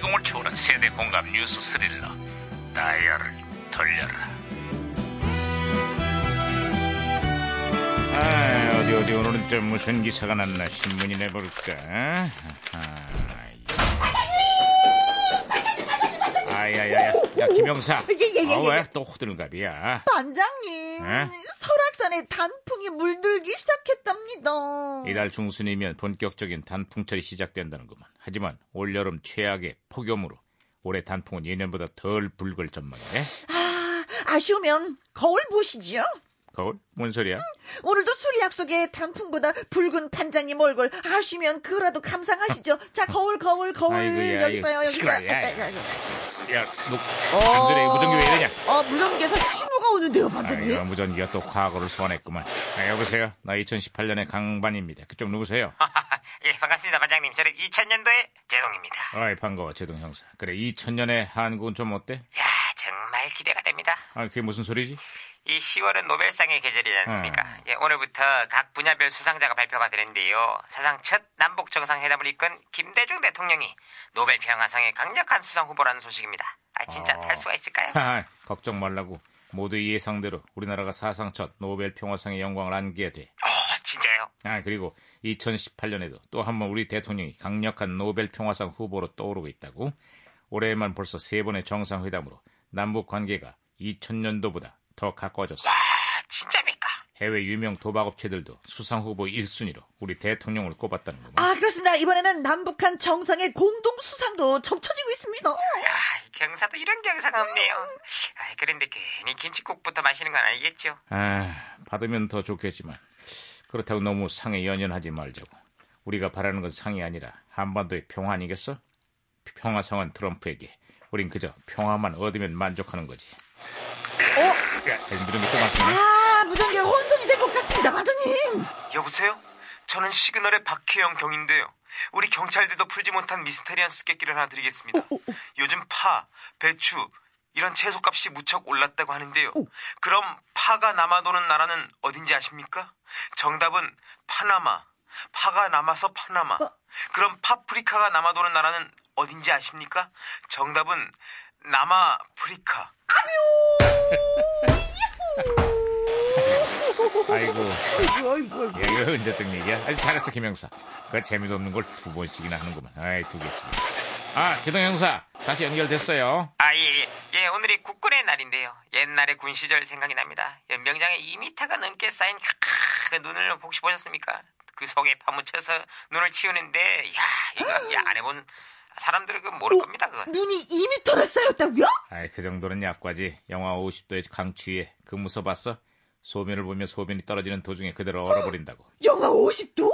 감동을 초월한 세대 공감 뉴스 스릴러 다이얼을 돌려라 아, 어디 어디 오늘은 또 무슨 기사가 났나 신문이나 볼까 아야야야 야 김영사 어, 예, 예, 예, 예. 아왜또 호들갑이야 반장님, 예? 설악산에 단풍이 물들기 시작했답니다. 이달 중순이면 본격적인 단풍철이 시작된다는구만. 하지만 올여름 최악의 폭염으로 올해 단풍은 예년보다 덜 붉을 전망이네. 아, 아쉬우면 거울 보시지요. 거울? 뭔 소리야? 오늘도 술 약속에 단풍보다 붉은 반장님 얼굴 아쉬면 그거라도 감상하시죠. 자, 거울, 거울, 거울. 아이고야, 여기 이거 있어요, 여기 있어요. 시끄러워, 야, 야. 야, 야, 야. 야, 너 안드레 무전기 왜 이러냐? 어, 무전기에서 신호가 오는데요, 반장님. 아이고, 어. 무전기가 또 과거를 소환했구만. 아, 여보세요? 나 2018년의 강반입니다. 그쪽 누구세요? 예, 반갑습니다, 반장님. 저는 2000년도의 제동입니다. 아이, 반가워, 제동 형사. 그래, 2000년의 한국은 좀 어때? 야, 정말 기대가 됩니다. 아, 그게 무슨 소리지? 이 10월은 노벨상의 계절이지 않습니까? 음. 예, 오늘부터 각 분야별 수상자가 발표가 되는데요. 사상 첫 남북 정상회담을 이끈 김대중 대통령이 노벨 평화상의 강력한 수상 후보라는 소식입니다. 아, 진짜 어. 탈 수가 있을까요? 하하, 걱정 말라고. 모두 예상대로 우리나라가 사상 첫 노벨 평화상의 영광을 안게 돼. 어, 진짜요? 아 그리고 2018년에도 또 한 번 우리 대통령이 강력한 노벨 평화상 후보로 떠오르고 있다고. 올해에만 벌써 세 번의 정상회담으로 남북 관계가 2000년도보다 더 가까워졌어. 아, 진짜입니까? 해외 유명 도박업체들도 수상 후보 1순위로 우리 대통령을 꼽았다는 겁니다. 아, 그렇습니다. 이번에는 남북한 정상의 공동 수상도 점쳐지고 있습니다. 야, 이 경사도 이런 경사가 없네요. 아, 그런데 괜히 김치국부터 마시는 건 아니겠죠? 아, 받으면 더 좋겠지만 그렇다고 너무 상에 연연하지 말자고. 우리가 바라는 건 상이 아니라 한반도의 평화 아니겠어? 평화상은 트럼프에게. 우린 그저 평화만 얻으면 만족하는 거지. 어? 야, 무전기 또 맞습니다. 아, 무전기가 혼선이 된 것 같습니다, 반장님. 여보세요? 저는 시그널의 박혜영 경인데요. 우리 경찰들도 풀지 못한 미스테리한 수수께끼를 하나 드리겠습니다. 요즘 파, 배추 이런 채소값이 무척 올랐다고 하는데요. 그럼 파가 남아도는 나라는 어딘지 아십니까? 정답은 파나마. 파가 남아서 파나마. 그럼 파프리카가 남아도는 나라는 어딘지 아십니까? 정답은 남아프리카. 아이고. 아이고, 아이고. 야, 이거 언제적 얘기야? 아주 잘했어, 김 형사. 그 재미도 없는 걸 두 번씩이나 하는구만. 아이, 두 개씩. 아, 제동 형사. 다시 연결됐어요. 아, 예, 예. 예, 오늘이 국군의 날인데요. 옛날의 군 시절 생각이 납니다. 연병장에 2미터가 넘게 쌓인 크으, 그 눈을 혹시 보셨습니까? 그 속에 파묻혀서 눈을 치우는데, 야, 이거, 야, 안 해본 사람들은 그 모를 겁니다, 네. 그건. 눈이 2m나 쌓였다고요? 아이, 그 정도는 약과지. 영하 50도의 강추위에 그 무서봤어? 소변을 보면 소변이 떨어지는 도중에 그대로 얼어버린다고. 영하 50도?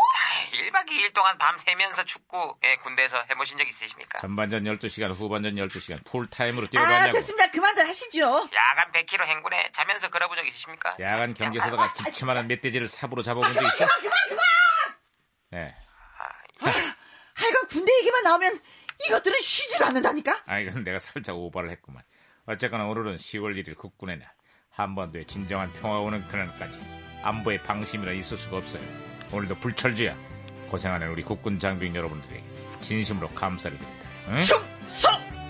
1박 2일 동안 밤새면서 축구, 예, 군대에서 해보신 적 있으십니까? 전반전 12시간, 후반전 12시간 풀타임으로 아, 뛰어봤냐고. 됐습니다. 그만들 하시죠. 야간 100km 행군에 자면서 걸어본 적 있으십니까? 야간 아, 경계서다가 집치만한 멧돼지를 삽으로 잡아본 적 있어? 그만, 그만, 그만! 예. 아, 하여간 군대 얘기만 나오면 이것들은 쉬질 않는다니까? 아, 이건 내가 살짝 오바를 했구만. 어쨌거나 오늘은 10월 1일 국군의 날. 한반도에 진정한 평화 오는 그날까지 안보의 방심이라 있을 수가 없어요. 오늘도 불철주야. 고생하는 우리 국군 장병 여러분들에게 진심으로 감사를 드립니다. 응? 충성!